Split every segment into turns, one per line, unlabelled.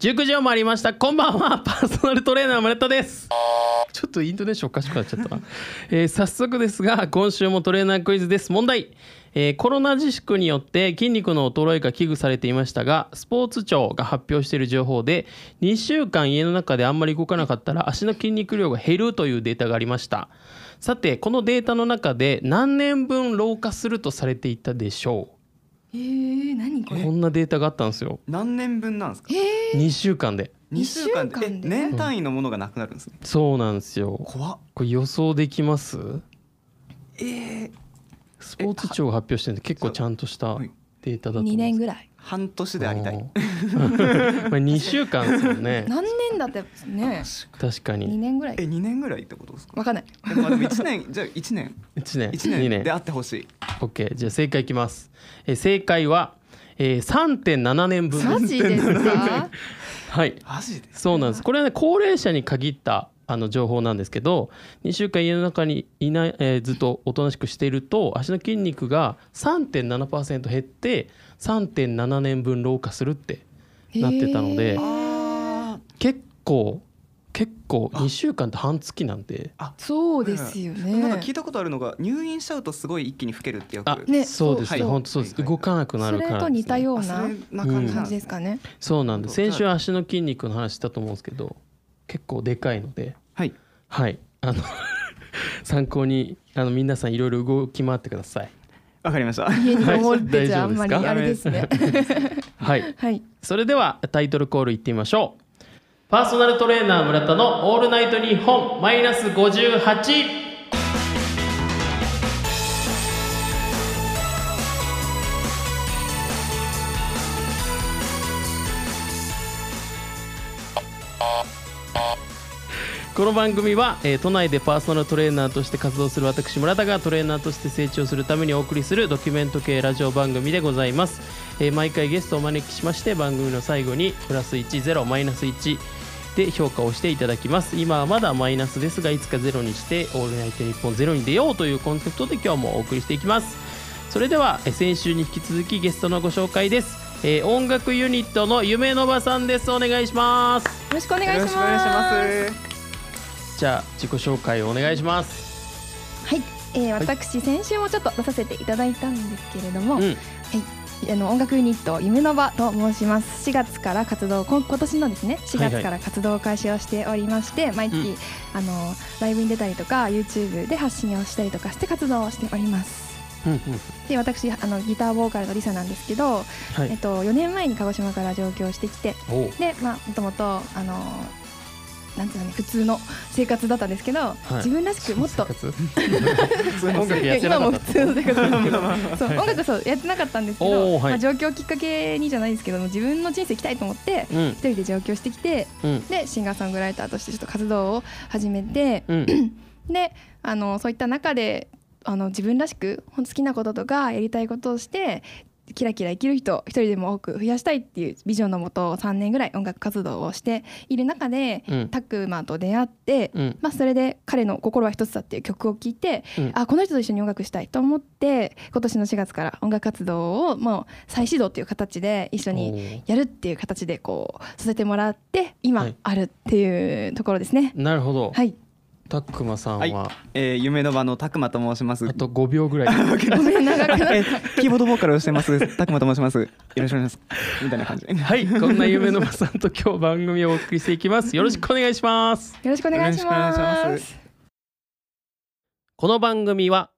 19時を回りましたこんばんはパーソナルトレーナー村田ですちょっとイントネーションおかしくなっちゃったな、 えー早速ですが今週もトレーナークイズです問題、えーコロナ自粛によって筋肉の衰えが危惧されていましたがスポーツ庁が発表している情報で2週間家の中であんまり動かなかったら足の筋肉量が減るというデータがありましたさてこのデータの中で何年分老化するとされていたでしょ
えー、何こ
う
れ
こんなデータがあったんですよ
何年分なんですか
えー、
2週間で
二
2
週
週
間
間
で
でえ年単位のものがなくなるんですね、
そうなんですよ
怖っ
これ予想できます
えー、
スポーツ庁が発表してるんで結構ちゃんとした
はい
データだと思うんです
2年ぐらい
半年でありたい
うん まあ2週間ですよ ね
何年だってね
確か
2
に
年ぐら
え
い
2年ぐらいってことですか
わかんない
えまあでも1年 じゃあ1年
1年
1
2
年
年
であってほしい
OK じゃあ正解いきます、えー正解は、えー、3.7年分
マ
です
ジですか
はい
マジで
そうなんですこれはね高齢者に限ったあの情報なんですけど2週間家の中にいない、えーずっとおとなしくしていると足の筋肉が3.7%減って3.7年分老化するってなってたので
へー
あー
結構結構
あ
2週間って半月なんで
そうですよね
なんか聞いたことあるのが入院しちゃうとすごい一気に老けるってよく
あ
ね
そうですね
そう
本当そうです
はい
動かなくな
そ
る
れ
から
と似たような
あそれな感じな
感
ん
じですかね
そうなんです
なる
先
ほど
週足の筋肉の話したと思うんですけど結構でかいので
はい
はいあの 参考にあの皆さんいろいろ動き回ってください
わかりました
家にこもってじゃあん
はい
ま
大丈
り
夫ですか
あれですね
はい
はい
それではタイトルコールいってみましょうパーソナルトレーナー村田の「オールナイトニッポン」マイナス58この番組は、えー都内でパーソナルトレーナーとして活動する私村田がトレーナーとして成長するためにお送りするドキュメント系ラジオ番組でございます、えー毎回ゲストをお招きしまして番組の最後にプラス10マイナス1で評価をしていただきます今はまだマイナスですがいつかゼロにして「オールナイトニッポンゼロに出ようというコンセプトで今日もお送りしていきますそれでは、えー先週に引き続きゲストのご紹介です、えー音楽ユニットの夢のばさんですお願いします
よろしくお願いします
します
じゃあ自己紹介をお願いします
はい、えー、私先週もちょっと出させていただいたんですけれども、
うん
あの音楽ユニット夢の場と申します4月から活動こ今年のですね4
はいは
月
い
から活動を開始をしておりまして、毎月、
うん
あのライブに出たりとか YouTube で発信をしたりとかして活動をしております
うんうん
で私あのギターボーカルのリサなんですけど、
は
えっ
い。
と、4年前に鹿児島から上京してきて
おう
でまあもともとあのなんていうのね普通の生活だったんですけど、
い
自分らしくもっと
生活
音楽
いや今も普通の生活だけどそう音楽そうやってなかったんですけど、
おーはい
まあ、上京きっかけにじゃないですけども自分の人生生きたいと思って
うん
一人で上京してきて
うん
でシンガーソングライターとしてちょっと活動を始めて
うん
であのそういった中であの自分らしくほんと好きなこととかやりたいことをしてキラキラ生きる人一人でも多く増やしたいっていうビジョンのもと3年ぐらい音楽活動をしている中で、
うん
タックマンと出会って、
うん
まあ、それで「彼の心は一つだ」っていう曲を聴いて、
うん
あこの人と一緒に音楽したいと思って今年の4月から音楽活動をもう再始動っていう形で一緒にやるっていう形でこうさせてもらって
は
今
い
あるっていうところですね。
なるほど。
はい、
たっくまさん
はい
は、
えー夢の場のたくまと申します
あと5秒ぐらい。
ごめん長くなっ
え
て
ーキーボードボーカルをしてますたくまと申しますよろしくお願いしますみたいな感じ
はい、こんな夢のばさんと今日番組をお送りしていき ます。よろしくお願いします。
よろしくお願いします。
よろしくお願いし
この番組は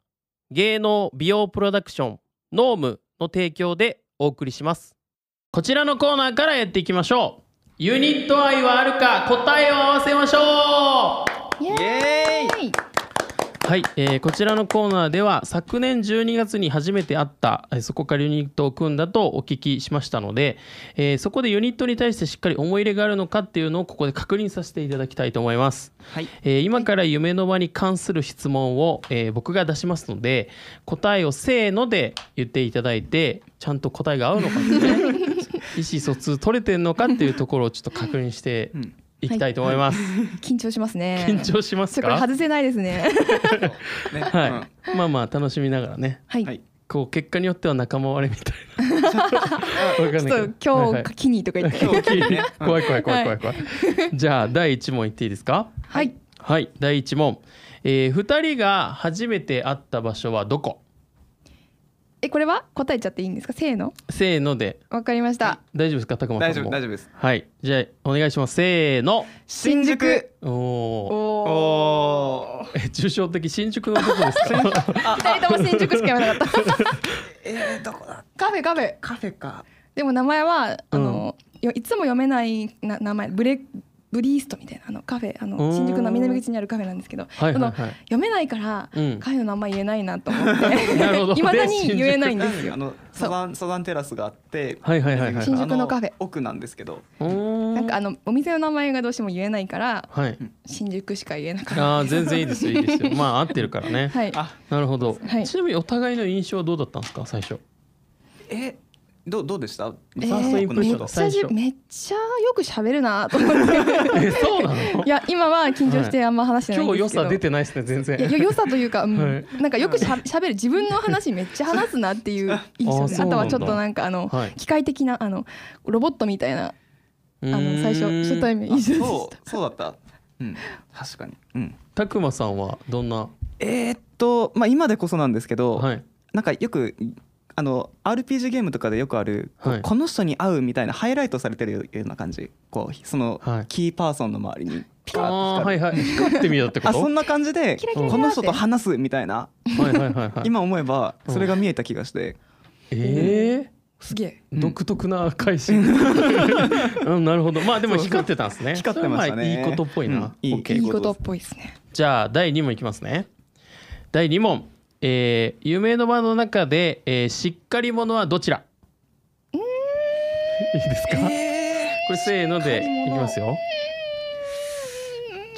芸能美容プロダクションノームの提供でお送りしますこちらのコーナーからやっていきましょうユニット愛はあるか答えを合わせましょう
イ
イ
エ
エーイ
ーイ
はい、えーこちらのコーナーでは昨年12月に初めて会ったえーそこからユニットを組んだとお聞きしましたので、えーそこでユニットに対してしっかり思い入れがあるのかっていうのをここで確認させていただきたいと思います。
はい
えー今から夢の場に関する質問を、えー僕が出しますので答えをせーので言っていただいてちゃんと答えが合うのかです ね意思疎通取れてんのかっていうところをちょっと確認して
うん
いきたいと思います、
緊張しますね。
緊張します
それこれ
か
外せないですね。
ね
はい、まあまあ楽しみながらね
は。
うんはいい
こう結果によっては仲間割れみたい なわ
ち
かんな
ょ
い
っ
けど
と
はい
今日書きにとか言って
はい今日聞いて怖い怖い怖い怖い怖いじゃあ第1問いっていいですか
はい
はい第1問、え2人が初めて会った場所はどこ
えこれは答えちゃっていいんですかせーの
せーので
わかりました
大丈夫ですか高間さん
大丈夫
も
大丈夫です。
はいじゃあお願いしますせーの
新宿
おお
お
おお
お。
え抽象的新宿のどこですか
二人とも新宿しか言わなかった
えー、どこだ。
カフェカフェ
カフェか。
でも名前はあの、よいつも読めないな名前ブレブリーストみたいなあのカフェあ
うーん
の新宿の南口にあるカフェなんですけど、
はいはいはい
その読めないから、
うん
カフェの名前言えないなと思 っ
なるほど
ていまだに言えないん
な
で
ん
す
であ
よ。
のサザンサザンテラスがあって、
はいはいはいはい
新宿のカフェ
あ奥なんですけど、
うーん
なんかあのお店の名前がどうしても言えないから
はい
新宿しか言えなかった。
あー全然いいですよいいですよまあ合ってるからね、
はい。
あ、
なるほど、
はい
ちなみにお互いの印象はどうだったんですか 最初
え、どうどうでした？フ
えー
ファーストインプレッションだ
めっ
最
ちゃ
初
めっちゃよく喋るなと思って。
えそうなの
いや今は緊張してあんま話してないん
今
で
日
すけど。
良さ出てないですね全然
いやよ良さというか、うん
はい
なんかよくしゃしゃべる自分の話 めっちゃ話すなっていう印象で
あ
あ
そうなんだ
とはちょっとなんかあの、
はい
機械的なあのロボットみたいな
あ
あの最初初対面印象でし
そうそうだった。うん、確かに。うん。
たくまさんはどんな
えー、っと、まあ今でこそなんですけど、
はい
なんかよくあの RPG ゲームとかでよくある、こう
はい
この人に会うみたいなハイライトされてるような感じこうその
はい
キーパーソンの周りにピカ
あ
ッ
あ
と
ーは
光
い
る。
はい光ってみようってこ
あ
と
そんな感じで
キラ
キラキラって
この人と話すみたいな
はいはいはいはい
今思えばそれが見えた気がして
ええ
たすげえ
うん
独特な返 し、うん、なるほどまあでも光ってたんですね
光ってましたね
それはあいいことっぽいな、
うんいい
OK
いいことっぽいですね
じゃあ第2問いきますね第2問、えー、夢の場の中で、えー、しっかり者はどちらいいですか、これせーのでいきますよ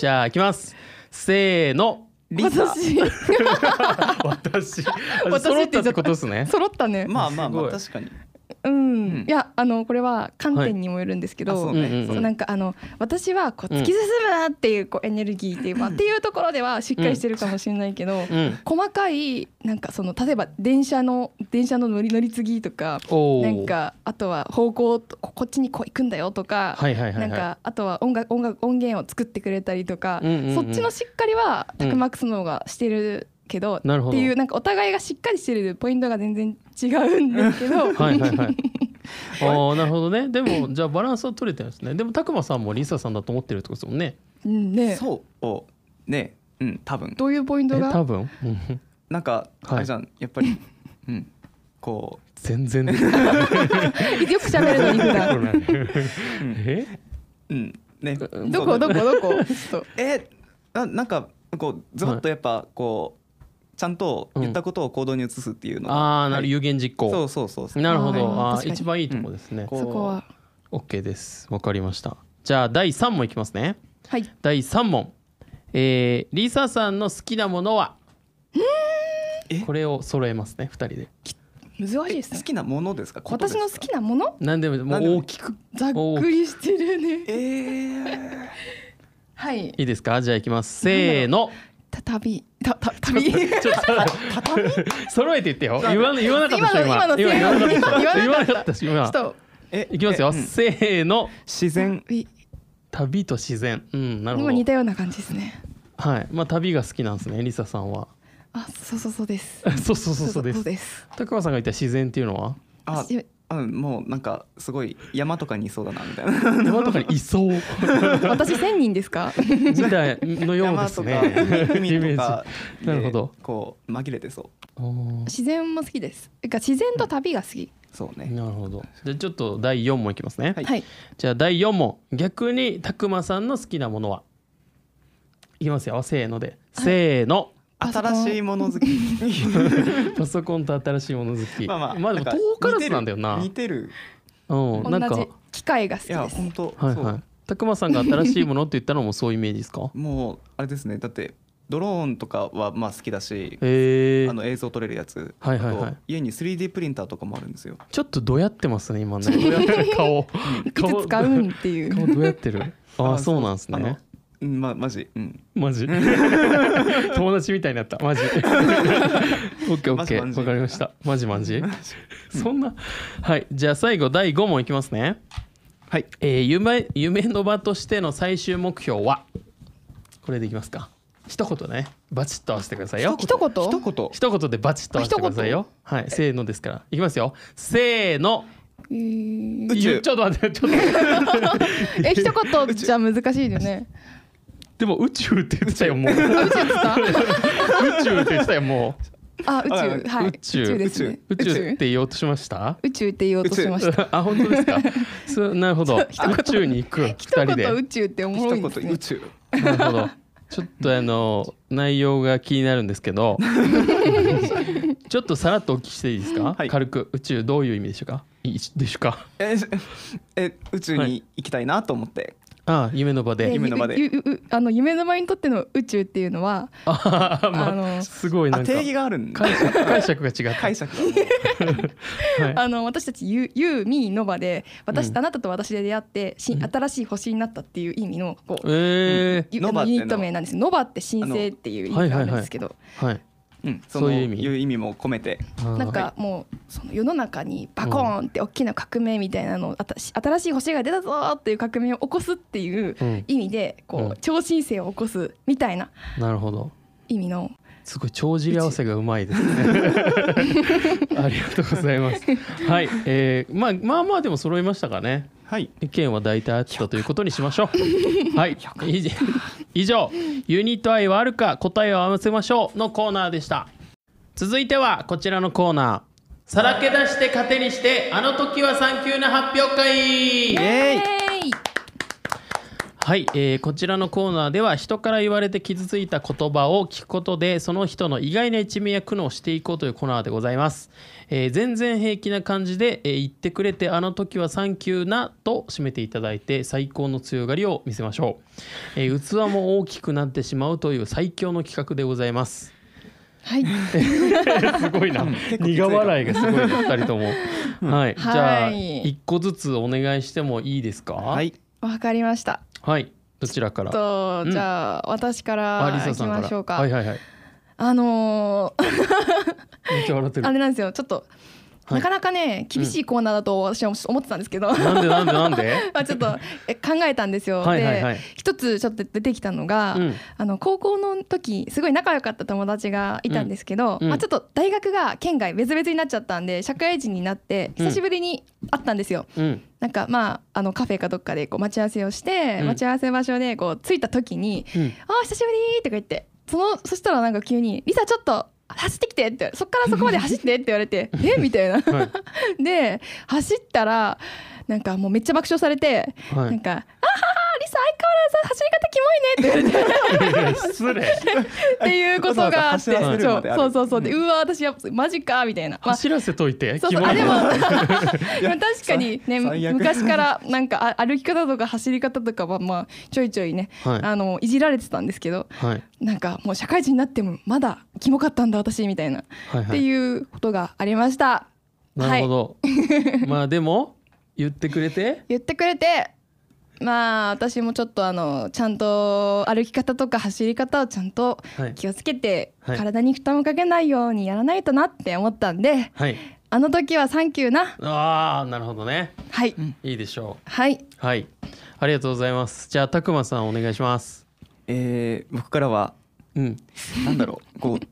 じゃあいきますせーの
リサ
私
私
私
揃ったってことですね
揃ったね
まあまあ
す
ま
ごい
あ確かに
うん、
うん
いやあのこれは観点にもよるんですけ
あ
ど、
う
そう
んうん
ね
うん
そう
な
ね
んかあの私はこう突き進むなっていうこうエネルギーっていう,、まあ、っていうところではしっかりしてるかもしれないけど、
うん
細かいなんかその例えば電車の電車の乗り乗り継ぎとか
おー
なんかあとは方向とここっちにこう行くんだよとか、
はいはいはいはい
なんかあとは音楽音楽音源を作ってくれたりとか、
うんうんうん
そっちのしっかりは
うん
たくまくすの方がしてるけど、
なるほ
っ
ど
ていうなんかお互いがしっかりしてるポイントが全然違うんですけ ど、
はいはい はいあーなるほどねでもじゃあバランスは取れてるんですねでもたくまさんもリサさんだと思ってるってことですもんね
うんね
そうおねうん多分
どういうポイン
え
トが
多分うん
なんか
はい
あれじゃんやっぱりうんこ
全然出てこない
よく喋るのに普段
え
ううんね
どこどこ どこちょっと
えななんかこうズバッとやっぱこうちゃんと言ったことを行動に移すっていうのが
ああなる有言実行、
そうそうそうそう
なるほど、
うん
ああ
確かに
一番いいとこですね、
こう
そこは
オッ OK ですわかりましたじゃあ第3問いきますね
はい
第3問えー、リサさんの好きなものは
え
これを揃えますね2人で
難しいです
好
ね
きなものですかこと
私
ですか
の好きなもの
何でもも
何で
う
も
大きく
ざっくりしてるね
えー
はい
いいですかじゃあいきますせーの
た旅たた旅
ちょっと揃えていってよ言わな言わなかったでしょ
今の
今
今の
今言
言
わな
わな
か
か
っ
ったた
でしょ今
と
え
いきますよ、
えうん
せーの
自然
旅
旅と自然うんなるほ
今
ど
似たような感じですね
はいまあ旅が好きなんですねリサさんは
あそうそうそうです
そうそうそうそうです
です
高間さんが言った自然っていうのは
あ
私
うんもうなんかすごい山とかにいそうだなみたいな
山とかにい そうみ
私千人ですか
たいのようですね
山とか
イメー
海と
ジ
かで
なるほど
こう紛れてそ
おー
自然も好きですてか自然と旅が好き
うそうね
なるほどじゃあちょっと第4問いきますね、
はい
はい
じゃあ第4問逆にたくまさんの好きなものはいきますよせーので、せーの
パソコン
新しいも の好き
パソコンと新しいもの好き
まあまあ
でも
か
遠からずなんだよな
似てる
うんなん
同
か
じ機械が好き
いや
です
本当
はい
そ
は
う
いたくまさんが新しいものって言ったのもそういうイメージですか
もうあれですねだってドローンとかはまあ好きだし
へえ
あの映像撮れるやつ
はいはいはい
あと家に 3D プリンターとかもあるんですよ
ちょっとどやってますね今ね顔
いつ使うんってい
顔
う
どうやってる ああ
あ
そうなんですね
あのうんまマジうん
マジ 友達みたいになったマジ オッケーオ
マ
ッ
ジ
ケ
マ
ー
ジ
わかりましたマジマジ そんなはいじゃあ最後第5問いきますね
はい
えー夢夢の場としての最終目標はこれでいきますか一言ねバチッと合わせてくださいよ
一言
一言
一言でバチッと合わせてくださいよはいせーのですからいきますよせーの
えー
宇宙
いやちょっと待ってちょっと待って
え一言じゃ難しいよね。
でも宇宙って言ってたよもう宇
あ宇宙ですか？
宙って言ってたよも
あ宇宙
あ
はい
宇宙
ですね。
う宇宙って言おうとしました
宇宙って言おうとしました。
あ本当ですかそうなるほど宇宙に行く二
一
人で
言宇宙っておもろいんです
一言宇
ね。
宙
なるほど。ちょっとあの内容が気になるんですけど、ちょっとさらっとお聞きしていいですか？
はい
軽く宇宙どういう意味でしょうか？いいでしょうか？
えしえ宇宙に行きたいなと思って、
ああ夢の場で。
夢の場で
ゆゆゆあの夢の場にとっての宇宙っていうのは
ああまあ
あの
すごいな
あ
んか
定義があるんだ
解釈解釈が違った。
解釈が
はい
あの私たちユユーミーの場で私、
うん
あなたと私で出会ってし新しい星になったっていう意味のこう、
え
ゆ
ノバ
あ
っ
の
て
ユ
の
ニット名なんです。ノバって新星っていう意味があるんですけど、
ー、はい。
うん
そういう意味
いう意味も込めて
あー
なんかもうその世の中にバコーンって大きな革命みたいなのをあたし新しい星が出たぞーっていう革命を起こすっていう
うん
意味でこ
うん
う超新星を起こすみたいな
なるほど。
意味の
すごい帳尻合わせがうまいですね。ありがとうございます。はい、えー、まあまあまあでも揃いましたかね。
はい
意見は大体あったということにしましょう。はい、以上以上ユニット愛はあるか答えを合わせましょうのコーナーでした。続いてはこちらのコーナー。さらけ出して糧にしてあの時は産級な発表会。
エーイ
イエーイ
はい、えーこちらのコーナーでは人から言われて傷ついた言葉を聞くことでその人の意外な一面や苦悩をしていこうというコーナーでございます、えー全然平気な感じで、えー言ってくれてあの時はサンキューなと締めていただいて最高の強がりを見せましょう、えー器も大きくなってしまうという最強の企画でございます
はい
すごいな
結構きつい
苦
かも
笑いがすごいな2人とも、はい、じゃあ
はい
1個ずつお願いしてもいいですか
は
はい
わかりました
はいどちらから
と
うん
じゃあ私か
あ
ら
リ
い
サ
き
さんから
ましょう
は
か
いはいはい
あのー
めっちゃ笑ってる
あれなんですよちょっと
はい
なかなかね厳しいコーナーだと私は思ってたんですけ ど
なんでなんでなんで
まあちょっとえ考えたんですよ
はいはいは
で
い
一つちょっと出てきたのが
うん
あの高校の時すごい仲良かった友達がいたんですけ
うん
ど、
うん
まあ、ちょっと大学が県外別々になっちゃったんで社会人になって
うん
久しぶりに会ったんですよ。
うん
なんかまああのカフェかどっかでこう待ち合わせをして、
うん
待ち合わせ場所でこう着いた時に
うん
「あー久しぶり!」とか言ってそのそしたらなんか急に「リサちょっと走ってきて」ってそっからそこまで走ってって言われ て「えみたいな。
はい
で走ったらなんかもうめっちゃ爆笑されて、
は
なんか「あははリサ相変わらず走り方キモいね」って言われて。
い 失礼
っていうことがあって、
わざわざ走らせるまである
そうそうそうで、うわ私やマジかみたいな。まあ
走らせといて
そう
キ
そう
モ
あ
い
で
ね
も でも確かにね
最悪
昔からなんかあ歩き方とか走り方とかはまあちょいちょいね、
はい
あのいじられてたんですけど
はい
なんかもう社会人になってもまだキモかったんだ私みたいな、
はいは
って
い
いうことがありました
なるほどまあでも言ってくれ て
言ってくれてまあ私もちょっとあのちゃんと歩き方とか走り方をちゃんと
はい
気をつけて、
はい
体に負担をかけないようにやらないとなって思ったんで
はい
あの時はサンキューな
ああなるほどね
はい、
いいでしょ
はい、
うはいありがとうございますじゃあたくまさんお願いします
えー僕からは
うん
なんだろうこう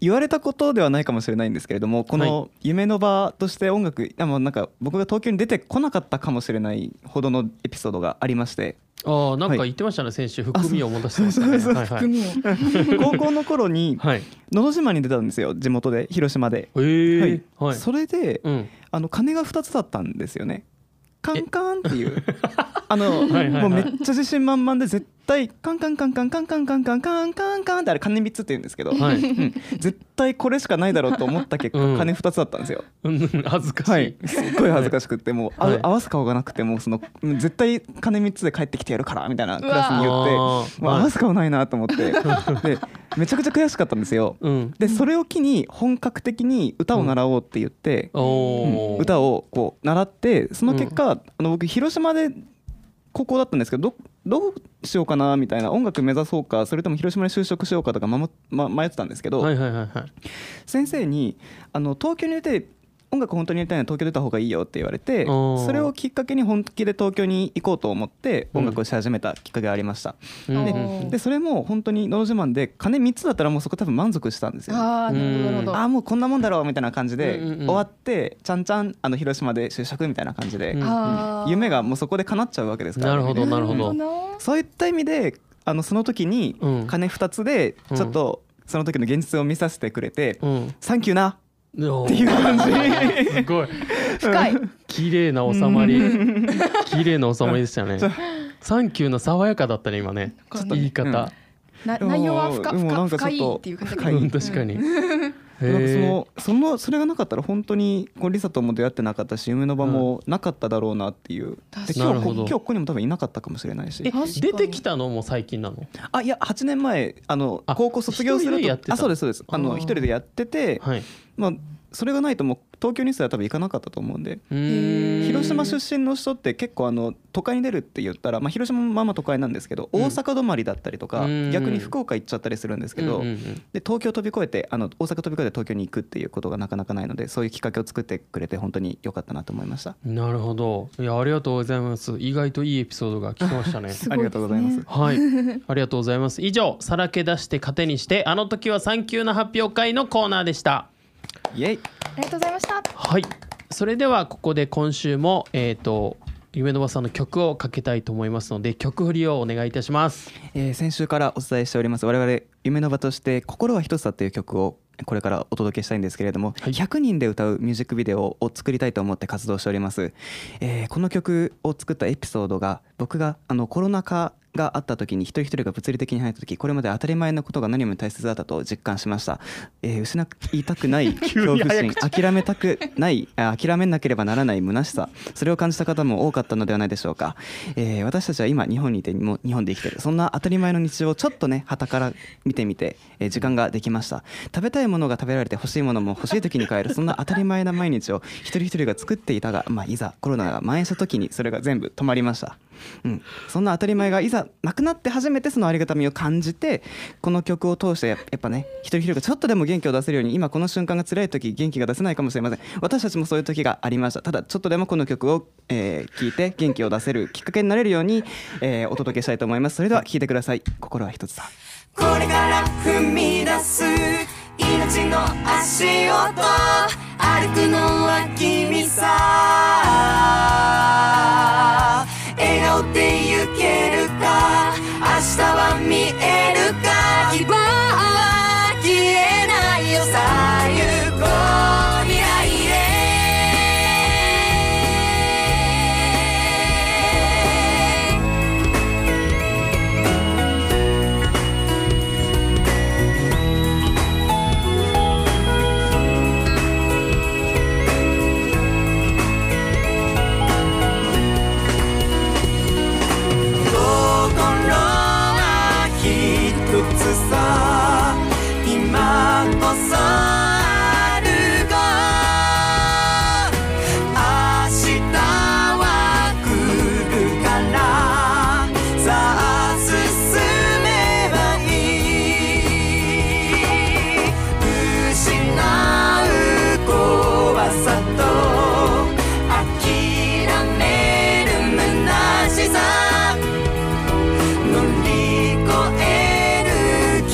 言われたことではないかもしれないんですけれどもこの夢の場として音楽、あもうなんか僕が東京に出てこなかったかもしれないほどのエピソードがありまして
ああなんか
は
言
い
ってましたね先週含みを持たせてましたねはいはい
組を
高校の頃に
はい
のど自慢に出たんですよ地元で広島で、
えーはい
それで、
うん
あの鐘が2つだったんですよねカンカンっていうあの
はいはいはい
もうめっちゃ自信満々で絶対カンカンカンカンカンカンカンカンカンカンカンってあれ鐘3つって言うんですけど、
は
う
い
ん絶対これしかないだろうと思った結果、
うん
鐘2つだったんですよ
うん恥ずかしい、
はい、 すっごい恥ずかしくってもう、あ
はい
合わす顔がなくてもうそのうん絶対金3つで帰ってきてやるからみたいなクラスに言って
うわー
もう
はい
合わす顔ないなと思って でめちゃくちゃ悔しかったんですよ。
うん
でそれを機に本格的に歌を習おうって言って、
おお、
歌をこう習ってその結果、あの僕広島で高校だったんですけどどどうしようかなみたいな音楽目指そうかそれとも広島に就職しようかとかまも、ま、迷ってたんですけど、
はいはいはいはい
先生にあの東京に出て音楽本当にやりたいなら東京出た方がいいよって言われて
あー
それをきっかけに本気で東京に行こうと思って
うん
音楽をし始めたきっかけがありました、
うんうん
おー
でそれも本当に「のど自慢」で金3つだったらもうそこ多分満足したんですよね、
ああなるほどなるほど
あーもうこんなもんだろうみたいな感じで
うんうんうん
終わってちゃんちゃんあの広島で就職みたいな感じで
うん
あー
夢がもうそこで叶っちゃうわけですから
なるほどなるほど
そういった意味であのその時に
うん
金2つでちょっとその時の現実を見させてくれて
うん
「サンキューな!」
っ
っていう感じ
すごい
深い
綺麗な収まり綺麗な収まりでしたねサンキューの爽やかだったね今ね
ちょっと
言い方、
な
でも
内容は深
でもなん
深
か
深
ちょ
い
っと
っていう感じだ
う
け
は
ん
い
確かに、へ
なんかそ
え
のそのそれがなかったら本当にこうリサとも出会ってなかったし夢の場もなかっただろうなっていう、で
確
かに
今
なる
日こ
ほど
今日ここにも多分いなかったかもしれないし
え
確かに
出てきたのも最近なの
あいや8年前あの
あ
高校卒業す
一
る
人で
と
やってた
あそうですそうですあ
あ
の
ー
一人でやってて
はい
まあそれがないともう東京にすら多分行かなかったと思うんで
うーん
広島出身の人って結構あの都会に出るって言ったら、まあ、広島もまあまあ都会なんですけど
うん
大阪止まりだったりとか、
うん
逆に福岡行っちゃったりするんですけど、
うんうんうん
で東京飛び越えてあの大阪飛び越えて東京に行くっていうことがなかなかないのでそういうきっかけを作ってくれて本当に良かったなと思いました。
なるほどいやありがとうございます意外といいエピソードが聞けましたね
すご
あ
いですね
りがとうございます。
はい ありがとうございます以上さらけ出して糧にしてあの時は産休の発表会のコーナーでした
イエイ
ありがとうございました
はいそれではここで今週もえっ、と夢のばさんの曲をかけたいと思いますので曲振りをお願いいたします
えー先週からお伝えしております我々夢の場として「心は一つだ」という曲をこれからお届けしたいんですけれども、
はい
100人で歌うミュージックビデオを作りたいと思って活動しております、えーこの曲を作ったエピソードが僕があのコロナ禍があった時に一人一人が物理的に入った時これまで当たり前のことが何よりも大切だったと実感しました、えー失いたくない
に
恐怖心諦めたくないあ諦めなければならない虚しさそれを感じた方も多かったのではないでしょうか、えー私たちは今日本にいてもう日本で生きてるそんな当たり前の日常をちょっとね傍から見てみて、えー時間ができました食べたいものが食べられて欲しいものも欲しい時に買えるそんな当たり前な毎日を一人一人が作っていたが、まあ、いざコロナが蔓延した時にそれが全部止まりました、うん、そんな当たり前がいざなくなって初めてそのありがたみを感じてこの曲を通してやっぱね一人一人がちょっとでも元気を出せるように今この瞬間が辛い時元気が出せないかもしれません私たちもそういう時がありましたただちょっとでもこの曲を、えー、聴いて元気を出せるきっかけになれるように、えーお届けしたいと思いますそれでは聴いてください心は一つだ
これから踏み出す命の足音歩くのは君さ笑顔で行けるか明日は見えるか希望は消えないよ最高未来へ心はひとつさ今こそ歩こう明日は来るからさあ進めばいい失う怖さと諦める虚しさ乗り越える希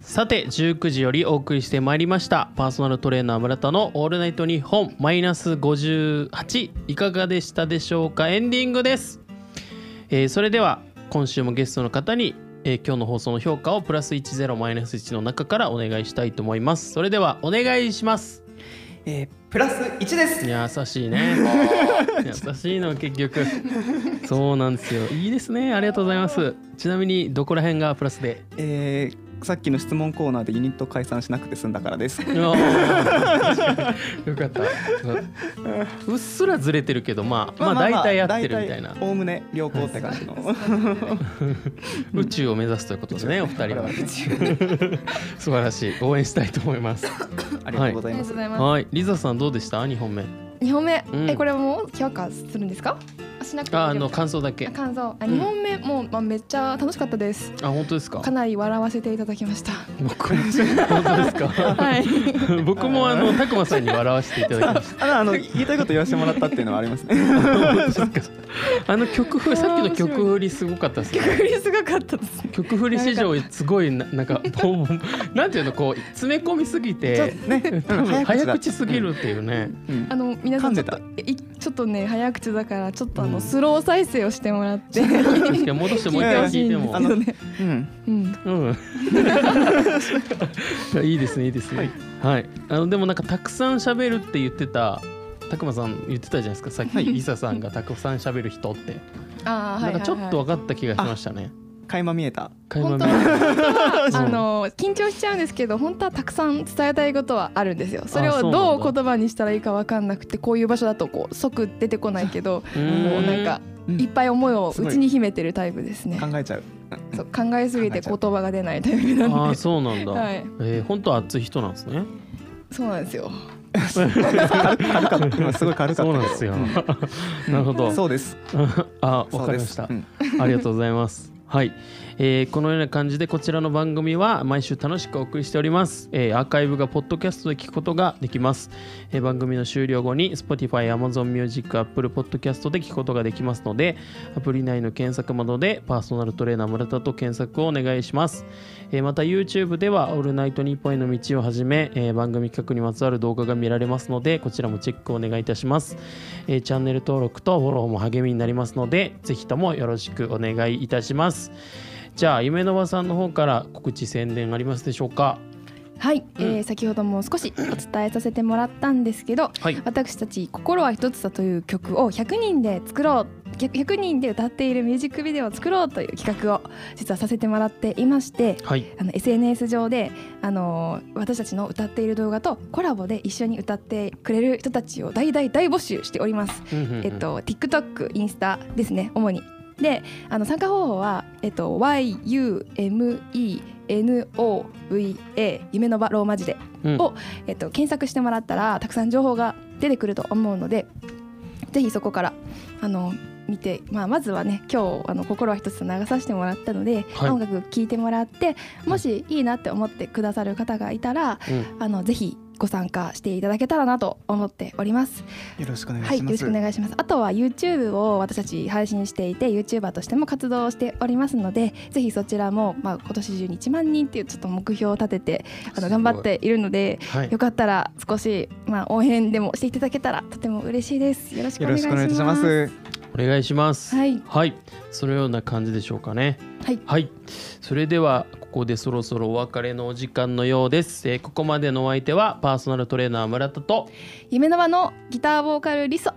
さて19時よりお送りしてまいりましたパーソナルトレーナー村田の「オールナイトニッポン」マイナス58いかがでしたでしょうかエンディングです、えーそれでは今週もゲストの方に、えー今日の放送の評価をプラス10マイナス1の中からお願いしたいと思いますそれではお願いします
えープラス1です
優しいね優しいの結局そうなんですよいいですねありがとうございますちなみにどこら辺がプラスで
えーさっきの質問コーナーでユニット解散しなくて済んだからです
うわーよかったうっすらずれてるけどまあまあ大体合ってるみたいな
おおむね良好って感じの、
宇宙を目指すということですねお二人 は素晴らしい応援したいと思います
ありがとうござ
あ
い
りが
ま
と
す、
うございま
はいリザさんどうでした2本目
す。二本目、
うん
えこれもう評価するんですか？あしなくても
ああ
いい
の
ですか
感想だけ
あ感想。あ
うん
二本目もうまあめっちゃ楽しかったです。
あ本当ですか
かなり笑わせていただきました。
僕も本当です か
はい。
僕もあのたくまさんに笑わせていただきまし
ああの言いたいこと言わせてもらったっていうのはありますね
たあの曲振りさっきの曲振りすごかったですね
逆にすごかったです。
曲振り史上すごいななんかボンボンなんていうのこう詰め込みすぎて
ね、
多分早口すぎ
る、
るっていうね、
うん
あの皆さんち
噛
ょ
ん
っ
でた
といちょっとね早口だからちょっとあ
う
の
ん
スロー再生をしてもらって、
確かに戻してもう一回聞いても
あの
そうね
うん
うん、
うんいいですねいいですねはい、あのでもなんかたくさん喋るって言ってたたくまさん言ってたじゃないですかさっき、
はい
い、ささんがたくさん喋る人って、
あーはいはいはい
なんかちょっと分かった気がしましたね
垣間見えた
垣間
本
見
当は
え
本当は
うん
あの緊張しちゃうんですけど本当はたくさん伝えたいことはあるんですよそれ
あ
を
そうなんだ
どう言葉にしたらいいか分かんなくてこういう場所だとこう即出てこないけど
う
も
ーん
うなんか
うん
いっぱい思いを
すごいう
ちに秘めてるタイプですね
考えちゃう
そう考えすぎて
考えち
言
ゃう
葉が出ないタイプなん
ああ
で
そうなんだ、
はい
えー、本当は熱い人なんですね
そうなんですよ
軽かった今すごい軽かった
そうなんですよ、
うん
なるほど
そうです
あ
そ
わ
う
かり
で
ますした、
うん
ありがとうございます。はい、えーこのような感じでこちらの番組は毎週楽しくお送りしております、えーアーカイブがポッドキャストで聞くことができます、えー番組の終了後に Spotify、Amazon Music、Apple Podcast で聞くことができますのでアプリ内の検索窓でパーソナルトレーナー村田と検索をお願いします、えーまた YouTube では「オールナイトニッポンへの道」をはじめ、えー番組企画にまつわる動画が見られますのでこちらもチェックをお願いいたしますえーチャンネル登録とフォローも励みになりますので、ぜひともよろしくお願いいたします。じゃあ、夢の場さんの方から告知宣伝ありますでしょうか。
はい、えー先ほども少しお伝えさせてもらったんですけど
はい。
私たち「心は一つだ」という曲を100人で作ろう100人で歌っているミュージックビデオを作ろうという企画を実はさせてもらっていまして
はい。
あの SNS 上で、あのー私たちの歌っている動画とコラボで一緒に歌ってくれる人たちを大大大募集しております。えっと、TikTok インスタですね主にであの参加方法は、えっと、YUMENOVA 夢の場ローマ字で
うん、
をえっと、検索してもらったらたくさん情報が出てくると思うのでぜひそこからあの見て、まあ、まずはね今日あの心は一つと流させてもらったので、
はい
音楽聴いてもらってもしいいなって思ってくださる方がいたら
うん
あのぜひご参加していただけたらなと思っております。
よろしくお願い
はい、
し
よ
ま
ろし
す
くお願いします。あとは YouTube を私たち配信していて、YouTuber としても活動しておりますので、ぜひそちらもまあ今年中に1万人っていうちょっと目標を立てて、あ
すごい
の頑張っているので、
はい
よ。かったら少しまあ応援でもしていただけたらとても嬉しいです。よろしくお願
よろ
い
し
し
くお願いい
ま
た
す。
します
お願いします。
はい
そのような感じでしょうかね。
はい
それでは、ここでそろそろお別れのお時間のようです。えーここまでのお相手は、パーソナルトレーナー村田と、
夢の場のギターボーカルリソ、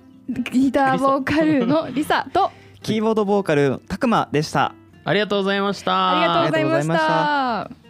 ギターボーカルのリサと
キーボードボーカルたくまでした
ありがとうございました。
ありがとうございま
ありがとうございま
した。